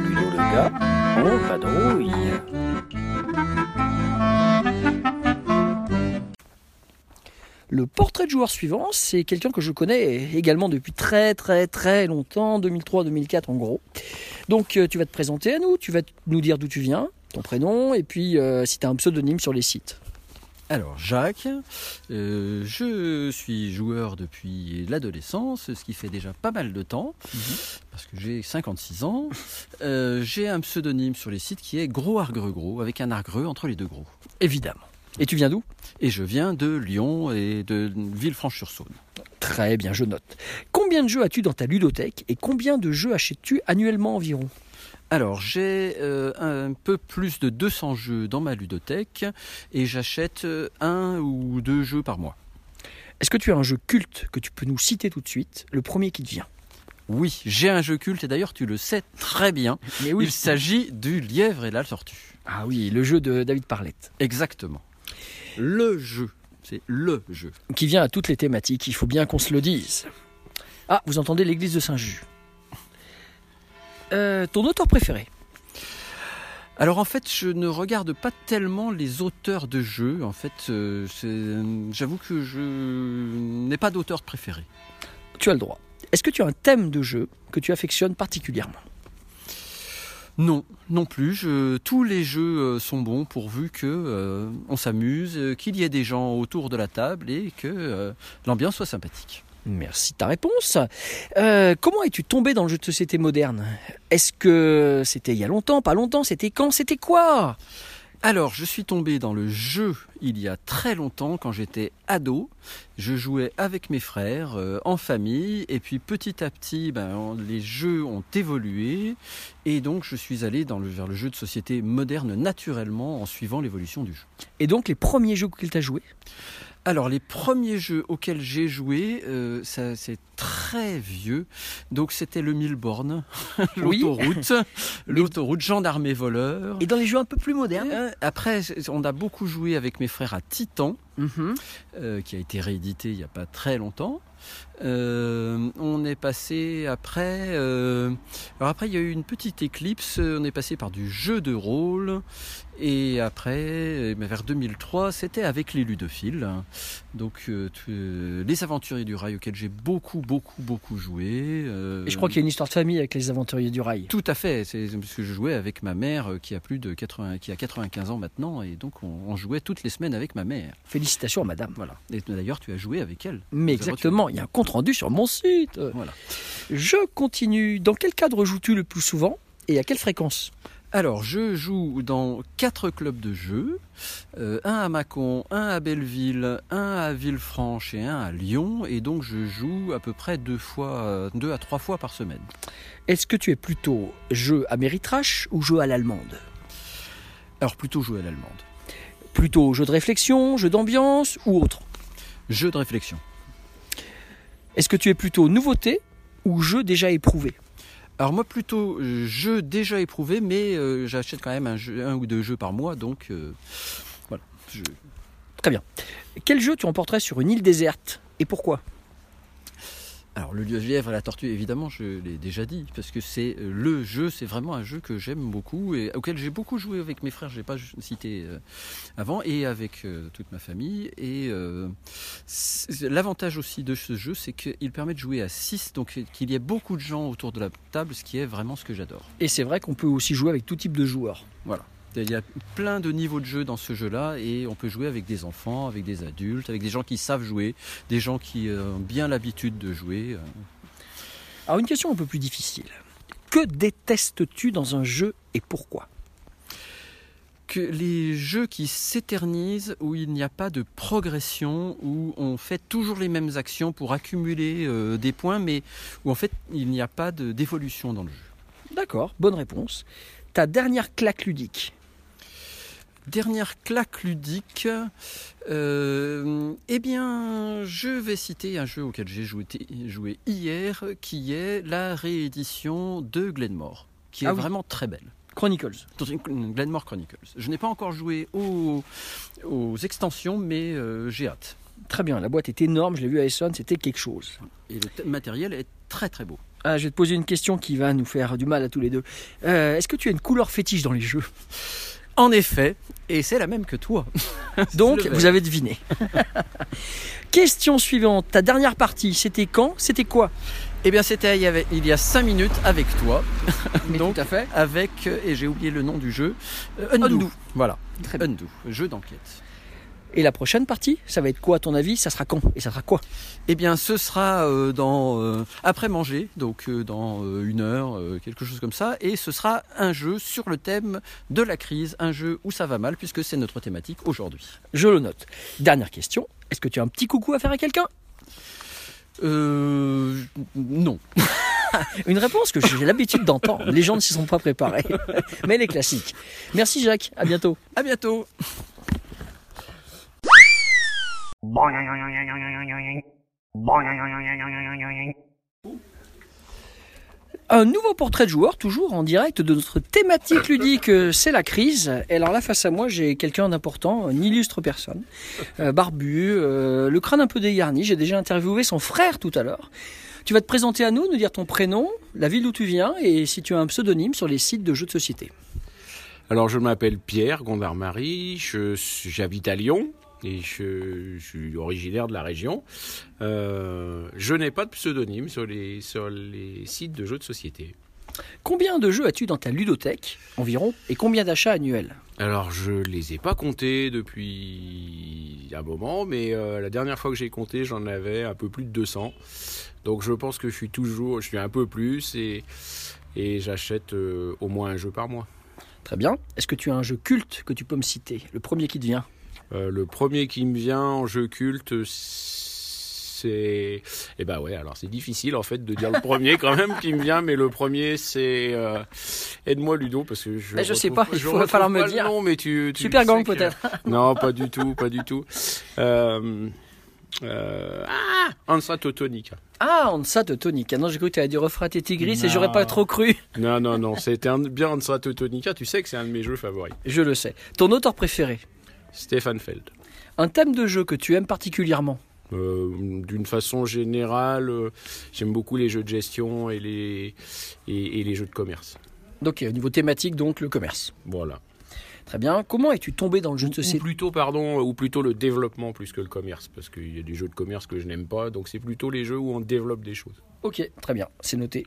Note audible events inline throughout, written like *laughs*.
Ludo le gars, on vadrouille. Le portrait de joueur suivant, c'est quelqu'un que je connais également depuis très très très longtemps, 2003-2004 en gros. Donc euh, tu vas te présenter à nous, tu vas t- nous dire d'où tu viens, ton prénom, et puis euh, si tu as un pseudonyme sur les sites. Alors Jacques, euh, je suis joueur depuis l'adolescence, ce qui fait déjà pas mal de temps, Mhm. parce que j'ai 56 ans. Euh, j'ai un pseudonyme sur les sites qui est Gros Argreux Gros, avec un argreux entre les deux gros. Évidemment. Et tu viens d'où Et je viens de Lyon et de Villefranche-sur-Saône. Très bien, je note. Combien de jeux as-tu dans ta ludothèque et combien de jeux achètes-tu annuellement environ Alors j'ai euh, un peu plus de 200 jeux dans ma ludothèque et j'achète euh, un ou deux jeux par mois. Est-ce que tu as un jeu culte que tu peux nous citer tout de suite, le premier qui te vient Oui, j'ai un jeu culte et d'ailleurs tu le sais très bien. Mais Il s'agit du lièvre et la tortue. Ah oui, le jeu de David Parlette, Exactement. Le jeu. C'est le jeu. qui vient à toutes les thématiques, il faut bien qu'on se le dise. Ah, vous entendez l'église de Saint-Just. Euh, ton auteur préféré Alors en fait, je ne regarde pas tellement les auteurs de jeux. En fait, euh, c'est- j'avoue que je n'ai pas d'auteur préféré. Tu as le droit. Est-ce que tu as un thème de jeu que tu affectionnes particulièrement Non, non plus. Je- tous les jeux euh, sont bons pourvu que euh, on s'amuse, euh, qu'il y ait des gens autour de la table et que euh, l'ambiance soit sympathique. Merci de ta réponse. Euh, comment es-tu tombé dans le jeu de société moderne Est-ce que c'était il y a longtemps, pas longtemps C'était quand C'était quoi Alors, je suis tombé dans le jeu il y a très longtemps quand j'étais ado. Je jouais avec mes frères euh, en famille et puis petit à petit, ben, on- les jeux ont évolué et donc je suis allé dans le, vers le jeu de société moderne naturellement en suivant l'évolution du jeu. Et donc les premiers jeux auxquels tu as joué Alors les premiers jeux auxquels j'ai joué, euh, ça, c'est très vieux. Donc c'était le mille *laughs* bornes, Oui. l'autoroute, *laughs* l'autoroute gendarme et voleur. Et dans les jeux un peu plus modernes Euh, Après, on a beaucoup joué avec mes frères à Titan, Mhm. euh, qui a été réédité il n'y a pas très longtemps. Euh, on est passé après. euh, alors après, il y a eu une petite éclipse. On est passé par du jeu de rôle. Et après, eh ben, vers 2003, c'était avec les ludophiles. Donc, euh, tu- euh, les aventuriers du rail auxquels j'ai beaucoup, beaucoup, beaucoup joué. euh, Et je crois qu'il y a une histoire de famille avec les aventuriers du rail. tout à fait, c'est parce que je jouais avec ma mère euh, qui a plus de 80, qui a 95 ans maintenant, et donc on, on jouait toutes les semaines avec ma mère. Félicitations à madame. Voilà. Et d'ailleurs, tu as joué avec elle. Mais exactement, il y a un compte-rendu sur mon site. Voilà. Je continue. Dans quel cadre joues-tu le plus souvent et à quelle fréquence Alors, je joue dans quatre clubs de jeu, euh, un à Mâcon, un à Belleville, un à Villefranche et un à Lyon, et donc je joue à peu près deux fois, euh, deux à trois fois par semaine. Est-ce que tu es plutôt jeu à méritrache ou jeu à l'allemande Alors plutôt jouer à l'allemande. Plutôt jeu de réflexion, jeu d'ambiance ou autre Jeu de réflexion. Est-ce que tu es plutôt nouveauté ou jeu déjà éprouvé Alors moi plutôt euh, jeu déjà éprouvé, mais euh, j'achète quand même un, jeu- un ou deux jeux par mois, donc euh, voilà. Je- Quel jeu tu emporterais sur une île déserte et pourquoi Alors le lièvre et la tortue, évidemment, je l'ai déjà dit, parce que c'est euh, le jeu, c'est vraiment un jeu que j'aime beaucoup et auquel j'ai beaucoup joué avec mes frères, je l'ai pas ju- cité euh, avant, et avec euh, toute ma famille. Et euh, c'est- l'avantage aussi de ce jeu, c'est qu'il permet de jouer à 6, donc qu'il y ait beaucoup de gens autour de la table, ce qui est vraiment ce que j'adore. Et c'est vrai qu'on peut aussi jouer avec tout type de joueurs. Il y a plein de niveaux de jeu dans ce jeu-là et on peut jouer avec des enfants, avec des adultes, avec des gens qui savent jouer, des gens qui euh, ont bien l'habitude de jouer. euh. Alors une question un peu plus difficile. Que détestes-tu dans un jeu et pourquoi Que les jeux qui s'éternisent, où il n'y a pas de progression, où on fait toujours les mêmes actions pour accumuler euh, des points, mais où en fait il n'y a pas de- d'évolution dans le jeu. D'accord, bonne réponse. Ta dernière claque ludique. Dernière claque ludique. euh, eh bien, je vais citer un jeu auquel j'ai joué, joué hier, qui est la réédition de Glenmore. qui est Ah oui. vraiment très belle. Chronicles. Dans une- une Glenmore Chronicles. Je n'ai pas encore joué aux, aux extensions, mais euh, j'ai hâte. Très bien, la boîte est énorme, je l'ai vue à Essonne, c'était quelque chose. Et le t- matériel est très très beau. Ah, je vais te poser une question qui va nous faire du mal à tous les deux. Euh, Est-ce que tu as une couleur fétiche dans les *laughs* jeux En effet, et c'est la même que toi. *laughs* Donc, le vert. vous avez *laughs* deviné. question suivante. Ta dernière partie, c'était quand C'était quoi *laughs* Eh bien, c'était il y, avait, il y a 5 minutes avec toi, Donc, tout à fait. avec, euh, et j'ai oublié le nom du jeu, euh, Undo. Undo. Voilà, Très bien. Undo, jeu d'enquête. Et la prochaine partie, ça va être quoi à ton avis Ça sera quand Et ça sera quoi Eh bien, ce sera euh, dans, euh, après manger, donc euh, dans euh, une heure, euh, quelque chose comme ça, et ce sera un jeu sur le thème de la crise, un jeu où ça va mal, puisque c'est notre thématique aujourd'hui. Je le note. Dernière question. Est-ce que tu as un petit coucou à faire à quelqu'un Euh, non. Une réponse que j'ai l'habitude d'entendre. Les gens ne s'y sont pas *laughs* préparés. Mais les classiques. Merci Jacques. À bientôt. À bientôt. Un nouveau portrait de joueur, toujours en direct de notre thématique ludique, euh, c'est la crise. Et alors là, face à moi, j'ai quelqu'un d'important, une illustre personne, euh, barbu, euh, le crâne un peu dégarni. J'ai déjà interviewé son frère tout à l'heure. Tu vas te présenter à nous, nous dire ton prénom, la ville d'où tu viens et si tu as un pseudonyme sur les sites de jeux de société. Alors, je m'appelle Pierre Gondard-Marie, je suis- j'habite à Lyon et je, je suis originaire de la région. Euh, je n'ai pas de pseudonyme sur les, sur les sites de jeux de société. Combien de jeux as-tu dans ta ludothèque environ et combien d'achats annuels Alors, je les ai pas comptés depuis un moment, mais euh, la dernière fois que j'ai compté, j'en avais un peu plus de 200. Donc, je pense que je suis toujours, je suis un peu plus et, et j'achète euh, au moins un jeu par mois. Très bien. Est-ce que tu as un jeu culte que tu peux me citer Le premier qui te vient Euh, le premier qui me vient en jeu culte, c'est. Eh ben ouais, alors c'est difficile en fait de dire le premier quand même qui me vient, mais le premier c'est. euh, Aide-moi Ludo, parce que je. Ben, je sais retrouve- pas, il je faut- va falloir retrouve me pas dire. le nom, mais tu, tu Super sais Gang que- peut-être *laughs* Non, pas du tout, pas du tout. Euh, euh, Ah Hansa Teutonica. Ah, on ça de tonique. Ah non, j'ai cru que tu allais dire refraté tigris et Non. j'aurais pas trop cru. Non, non, non, c'était un... bien Hansa Teutonica, tu sais que c'est un de mes jeux favoris. Je le sais. Ton auteur préféré Stefan Feld. Un thème de jeu que tu aimes particulièrement Euh, D'une façon générale, euh, j'aime beaucoup les jeux de gestion et les, et, et les jeux de commerce. Donc, au niveau thématique, donc le commerce. Voilà. Très bien. Comment es-tu tombé dans le jeu de Ou société plutôt, pardon, euh, ou plutôt le développement plus que le commerce, parce qu'il y a des jeux de commerce que je n'aime pas, donc c'est plutôt les jeux où on développe des choses. Ok, très bien, c'est noté.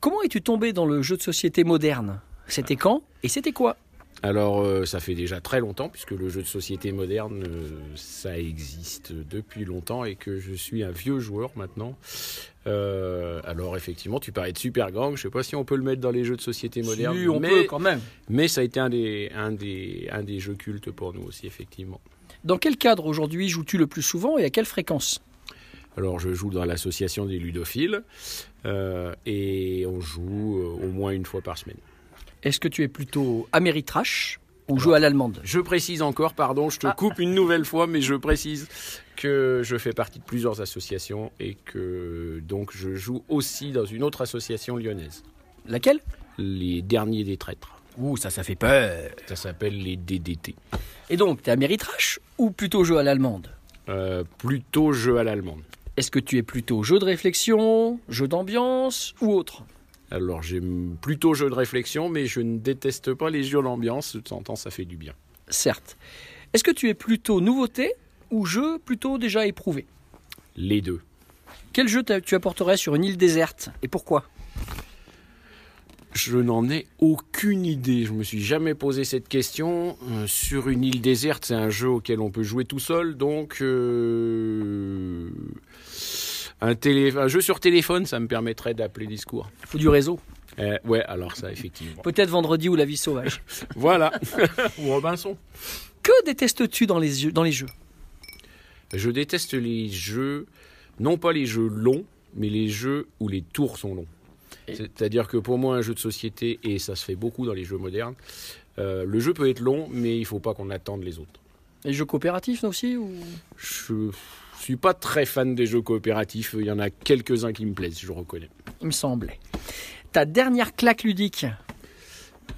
Comment es-tu tombé dans le jeu de société moderne C'était quand et c'était quoi Alors, euh, ça fait déjà très longtemps, puisque le jeu de société moderne, euh, ça existe depuis longtemps et que je suis un vieux joueur maintenant. Euh, alors, effectivement, tu parlais de Super Gang, je sais pas si on peut le mettre dans les jeux de société moderne. mais- même. Mais ça a été un des, un des, un des jeux cultes pour nous aussi, effectivement. Dans quel cadre aujourd'hui joues-tu le plus souvent et à quelle fréquence Alors, je joue dans l'association des ludophiles euh, et on joue euh, au moins une fois par semaine. Est-ce que tu es plutôt améritrash ou jeu à l'allemande Je précise encore, pardon, je te coupe une nouvelle fois, mais je précise que je fais partie de plusieurs associations et que donc je joue aussi dans une autre association lyonnaise, Laquelle les derniers des traîtres. Ouh, ça, ça fait peur. Ça s'appelle les DDT. Et donc, t'es améritrash ou plutôt jeu à l'allemande Euh, plutôt jeu à l'allemande. Est-ce que tu es plutôt jeu de réflexion, jeu d'ambiance ou autre Alors j'aime plutôt jeu de réflexion, mais je ne déteste pas les jeux d'ambiance, de temps en temps ça fait du bien. Certes. Est-ce que tu es plutôt nouveauté ou jeu plutôt déjà éprouvé Les deux. Quel jeu t'a- tu apporterais sur une île déserte et pourquoi Je n'en ai aucune idée, je me suis jamais posé cette question. Euh, sur une île déserte, c'est un jeu auquel on peut jouer tout seul, donc euh, un, télé- un jeu sur téléphone, ça me permettrait d'appeler discours. Il faut du réseau. Euh, ouais, alors ça effectivement. Peut-être Vendredi ou La vie sauvage. voilà. *laughs* Ou Robinson. que détestes-tu dans les, yeux- dans les jeux Je déteste les jeux, non pas les jeux longs, mais les jeux où les tours sont longs. Et- C'est-à-dire que pour moi, un jeu de société, et ça se fait beaucoup dans les jeux modernes, euh, le jeu peut être long, mais il ne faut pas qu'on attende les autres. Les jeux coopératifs non, aussi ou... Je suis pas très fan des jeux coopératifs, il y en a quelques-uns qui me plaisent, je reconnais. Il me semblait. Ta dernière claque ludique,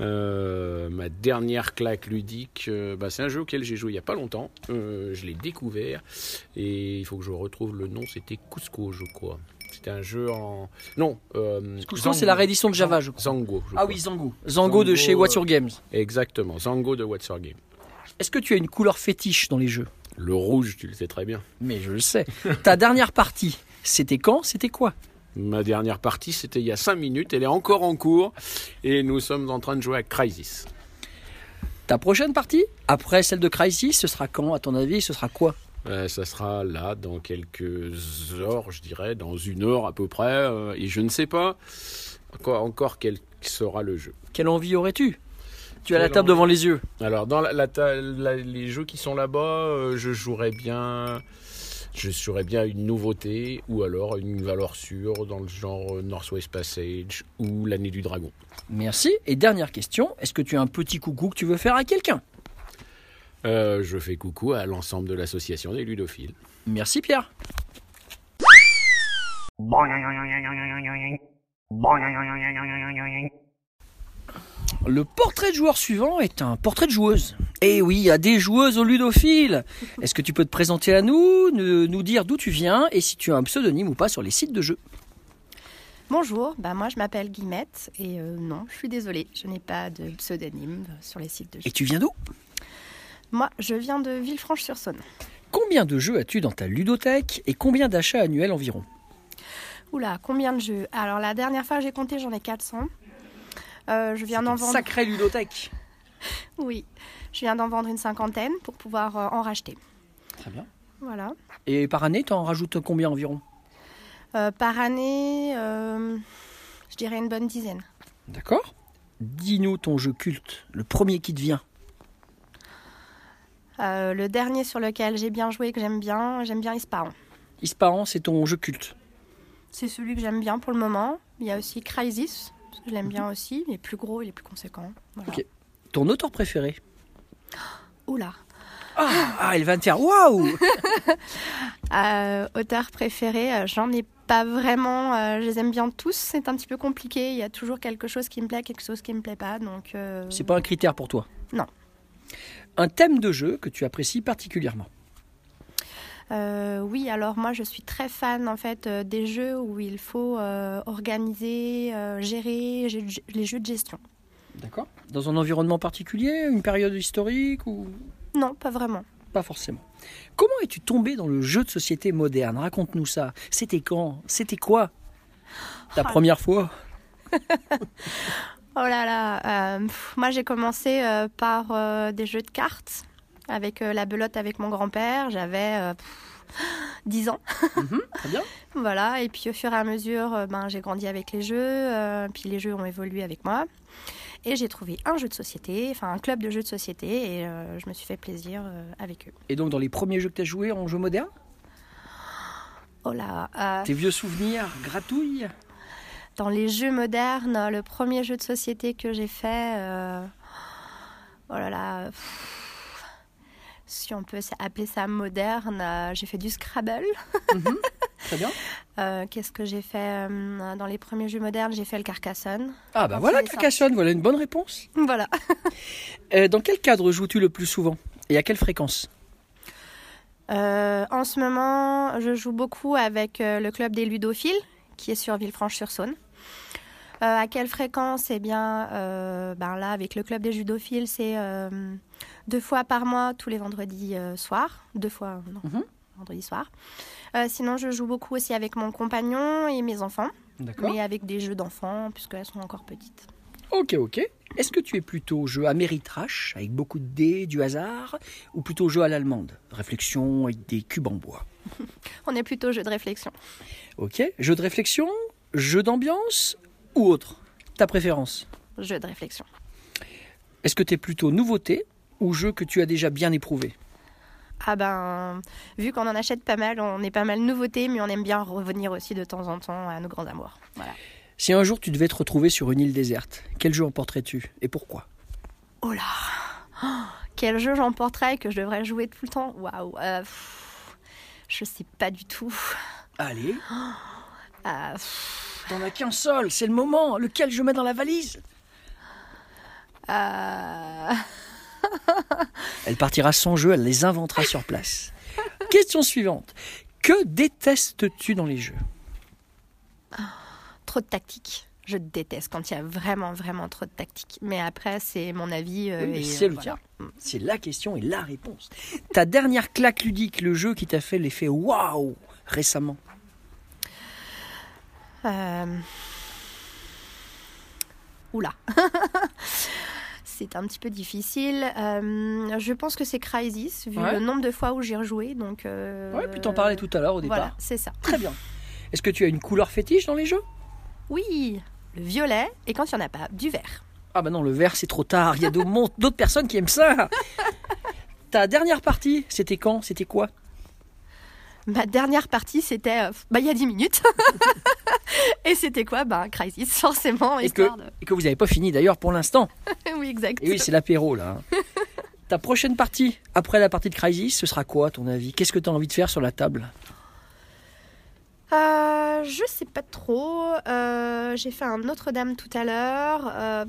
Euh, ma dernière claque ludique, euh, bah, c'est un jeu auquel j'ai joué il n'y a pas longtemps. Euh, je l'ai découvert et il faut que je retrouve le nom. C'était Cusco, je crois. C'était un jeu en. Non. euh, Cusco, c'est la Zango. réédition de Java, je crois. Zango. je Ah crois. oui, Zango. Zango euh, de Zango, chez What's Your Games. Exactement. Zango de What's Your Game. Est-ce que tu as une couleur fétiche dans les jeux Le rouge, tu le sais très bien. Mais je le sais. *laughs* Ta dernière partie, c'était quand C'était quoi Ma dernière partie, c'était il y a 5 minutes. Elle est encore en cours et nous sommes en train de jouer à Crisis. Ta prochaine partie, après celle de Crisis, ce sera quand À ton avis, ce sera quoi Euh, ça sera là dans quelques heures, je dirais, dans une heure à peu près. euh, et je ne sais pas encore, encore quel sera le jeu. Quelle envie aurais-tu Tu as la Quelle table envie devant les yeux. Alors, dans la, la ta- la- les jeux qui sont là-bas, euh, je jouerais bien. Je jouerais bien une nouveauté ou alors une valeur sûre dans le genre euh, Northwest Passage ou l'année du dragon. Merci. Et dernière question, est-ce que tu as un petit coucou que tu veux faire à quelqu'un Euh, je fais coucou à l'ensemble de l'association des ludophiles. Merci Pierre. Le portrait de joueur suivant est un portrait de joueuse. Eh oui, il y a des joueuses au ludophile. Est-ce que tu peux te présenter à nous, ne- nous dire d'où tu viens et si tu as un pseudonyme ou pas sur les sites de jeux Bonjour, bah moi je m'appelle Guimette et euh, non, je suis désolée, je n'ai pas de pseudonyme sur les sites de Et jeux. tu viens d'où Moi, je viens de Villefranche-sur-Saône. Combien de jeux as-tu dans ta ludothèque et combien d'achats annuels environ Oula, combien de jeux Alors la dernière fois j'ai compté, j'en ai 400. Euh, je viens d'en vendre. ludothèque. Oui, je viens d'en vendre une cinquantaine pour pouvoir euh, en racheter. Très bien. Voilà. Et par année, tu en rajoutes combien environ Euh, par année, euh, je dirais une bonne dizaine. D'accord. Dis-nous ton jeu culte, le premier qui te vient. Euh, le dernier sur lequel j'ai bien joué, que j'aime bien, j'aime bien Ispahan. Ispahan, c'est ton jeu culte. C'est celui que j'aime bien pour le moment. Il y a aussi Crisis, je l'aime bien aussi, mais plus gros, il est plus conséquent. Voilà. Ok. Ton auteur préféré Oula. Ah, ah, elle va me faire waouh Euh, auteur préféré, euh, j'en ai pas vraiment. euh, je les aime bien tous. C'est un petit peu compliqué. Il y a toujours quelque chose qui me plaît, quelque chose qui me plaît pas. Donc. euh, C'est pas un critère pour toi Non. Un thème de jeu que tu apprécies particulièrement. euh, oui, alors moi je suis très fan en fait euh, des jeux où il faut euh, organiser, euh, gérer j'ai- j'ai- les jeux de gestion. D'accord. Dans un environnement particulier, une période historique ou Non, pas vraiment. pas forcément. Comment es-tu tombé dans le jeu de société moderne Raconte-nous ça. C'était quand C'était quoi Ta Oh. première fois Oh là là, euh, pff, moi j'ai commencé euh, par euh, des jeux de cartes avec euh, la belote avec mon grand-père. J'avais euh, pff, 10 ans. *laughs* Mhm, Très bien. Voilà, et puis au fur et à mesure, euh, ben, j'ai grandi avec les jeux, euh, puis les jeux ont évolué avec moi. Et j'ai trouvé un jeu de société, enfin un club de jeux de société, et euh, je me suis fait plaisir euh, avec eux. Et donc, dans les premiers jeux que tu as joués en jeu moderne Oh là, euh, Tes vieux souvenirs gratouillent dans les jeux modernes, le premier jeu de société que j'ai fait, euh, oh là là, pff, si on peut appeler ça moderne, euh, j'ai fait du Scrabble. Mhm, Très bien. Euh, Qu'est-ce que j'ai fait euh, dans les premiers jeux modernes J'ai fait le Carcassonne. Ah bah Enfin, voilà ça. Carcassonne, voilà une bonne réponse. Voilà. Euh, dans quel cadre joues-tu le plus souvent Et à quelle fréquence Euh, en ce moment, je joue beaucoup avec euh, le club des ludophiles, qui est sur Villefranche-sur-Saône. Euh, à quelle fréquence Eh bien, euh, ben là, avec le club des ludophiles, c'est euh, deux fois par mois, tous les vendredis euh, soirs. Deux fois, euh, non, Mhm. vendredi soir. Euh, sinon, je joue beaucoup aussi avec mon compagnon et mes enfants, mais avec des jeux d'enfants, puisqu'elles sont encore petites. Ok, ok. Est-ce que tu es plutôt jeu améritrache, avec beaucoup de dés, du hasard, ou plutôt jeu à l'allemande Réflexion avec des cubes en bois. On est plutôt jeu de réflexion. Ok. Jeu de réflexion, jeu d'ambiance ou autre Ta préférence Jeu de réflexion. Est-ce que tu es plutôt nouveauté ou jeu que tu as déjà bien éprouvé Ah ben, vu qu'on en achète pas mal, on est pas mal nouveauté, mais on aime bien revenir aussi de temps en temps à nos grands amours. Voilà. Si un jour tu devais te retrouver sur une île déserte, quel jeu emporterais-tu et pourquoi Oh là Oh, Quel jeu j'emporterais et que je devrais jouer tout le temps Waouh euh, pff, Je sais pas du tout. Allez, Ah, pff, t'en as qu'un seul, c'est le moment. Lequel je mets dans la valise Euh, Elle partira sans jeu, elle les inventera sur *laughs* place. Question suivante. Que détestes-tu dans les jeux trop de tactique. Je déteste quand il y a vraiment, vraiment trop de tactique. Mais après, c'est mon avis. euh, Oui, mais et, c'est euh, le voilà. tien. C'est la question et la réponse. Ta dernière claque ludique, le jeu qui t'a fait l'effet waouh récemment. Euh, Oula. *laughs* c'est un petit peu difficile. Euh, je pense que c'est Crysis, vu Ouais. le nombre de fois où j'ai rejoué. Donc, euh, Ouais, puis t'en parlais tout à l'heure au départ. Voilà, c'est ça. Très bien. Est-ce que tu as une couleur fétiche dans les jeux Oui, le violet, et quand il n'y en a pas, du vert. Ah bah non, le vert c'est trop tard, il y a d'autres mon- d'autres personnes qui aiment *laughs* ça. Ta dernière partie, c'était quand C'était quoi Ma dernière partie, c'était euh, bah, il y a 10 minutes. *laughs* et c'était quoi bah, Crysis, forcément. Et histoire de- *laughs* Et que vous n'avez pas fini d'ailleurs pour l'instant. oui, exact. Et oui, c'est l'apéro là. hein. Ta prochaine partie, après la partie de Crisis, ce sera quoi à ton avis Qu'est-ce que tu as envie de faire sur la table Euh, je sais pas trop. Euh, J'ai fait un Notre-Dame tout à l'heure. Euh,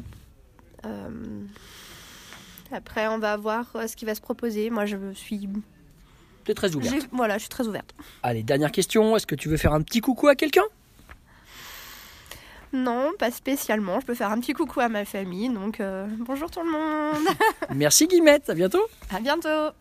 euh, après, on va voir euh, ce qui va se proposer. Moi, je me suis. T'es très ouvert. j'ai- Voilà, je suis très ouverte. Allez, dernière question. Est-ce que tu veux faire un petit coucou à quelqu'un Non, pas spécialement. Je peux faire un petit coucou à ma famille. Donc, euh, bonjour tout le monde. Merci Guimette, à bientôt. à bientôt.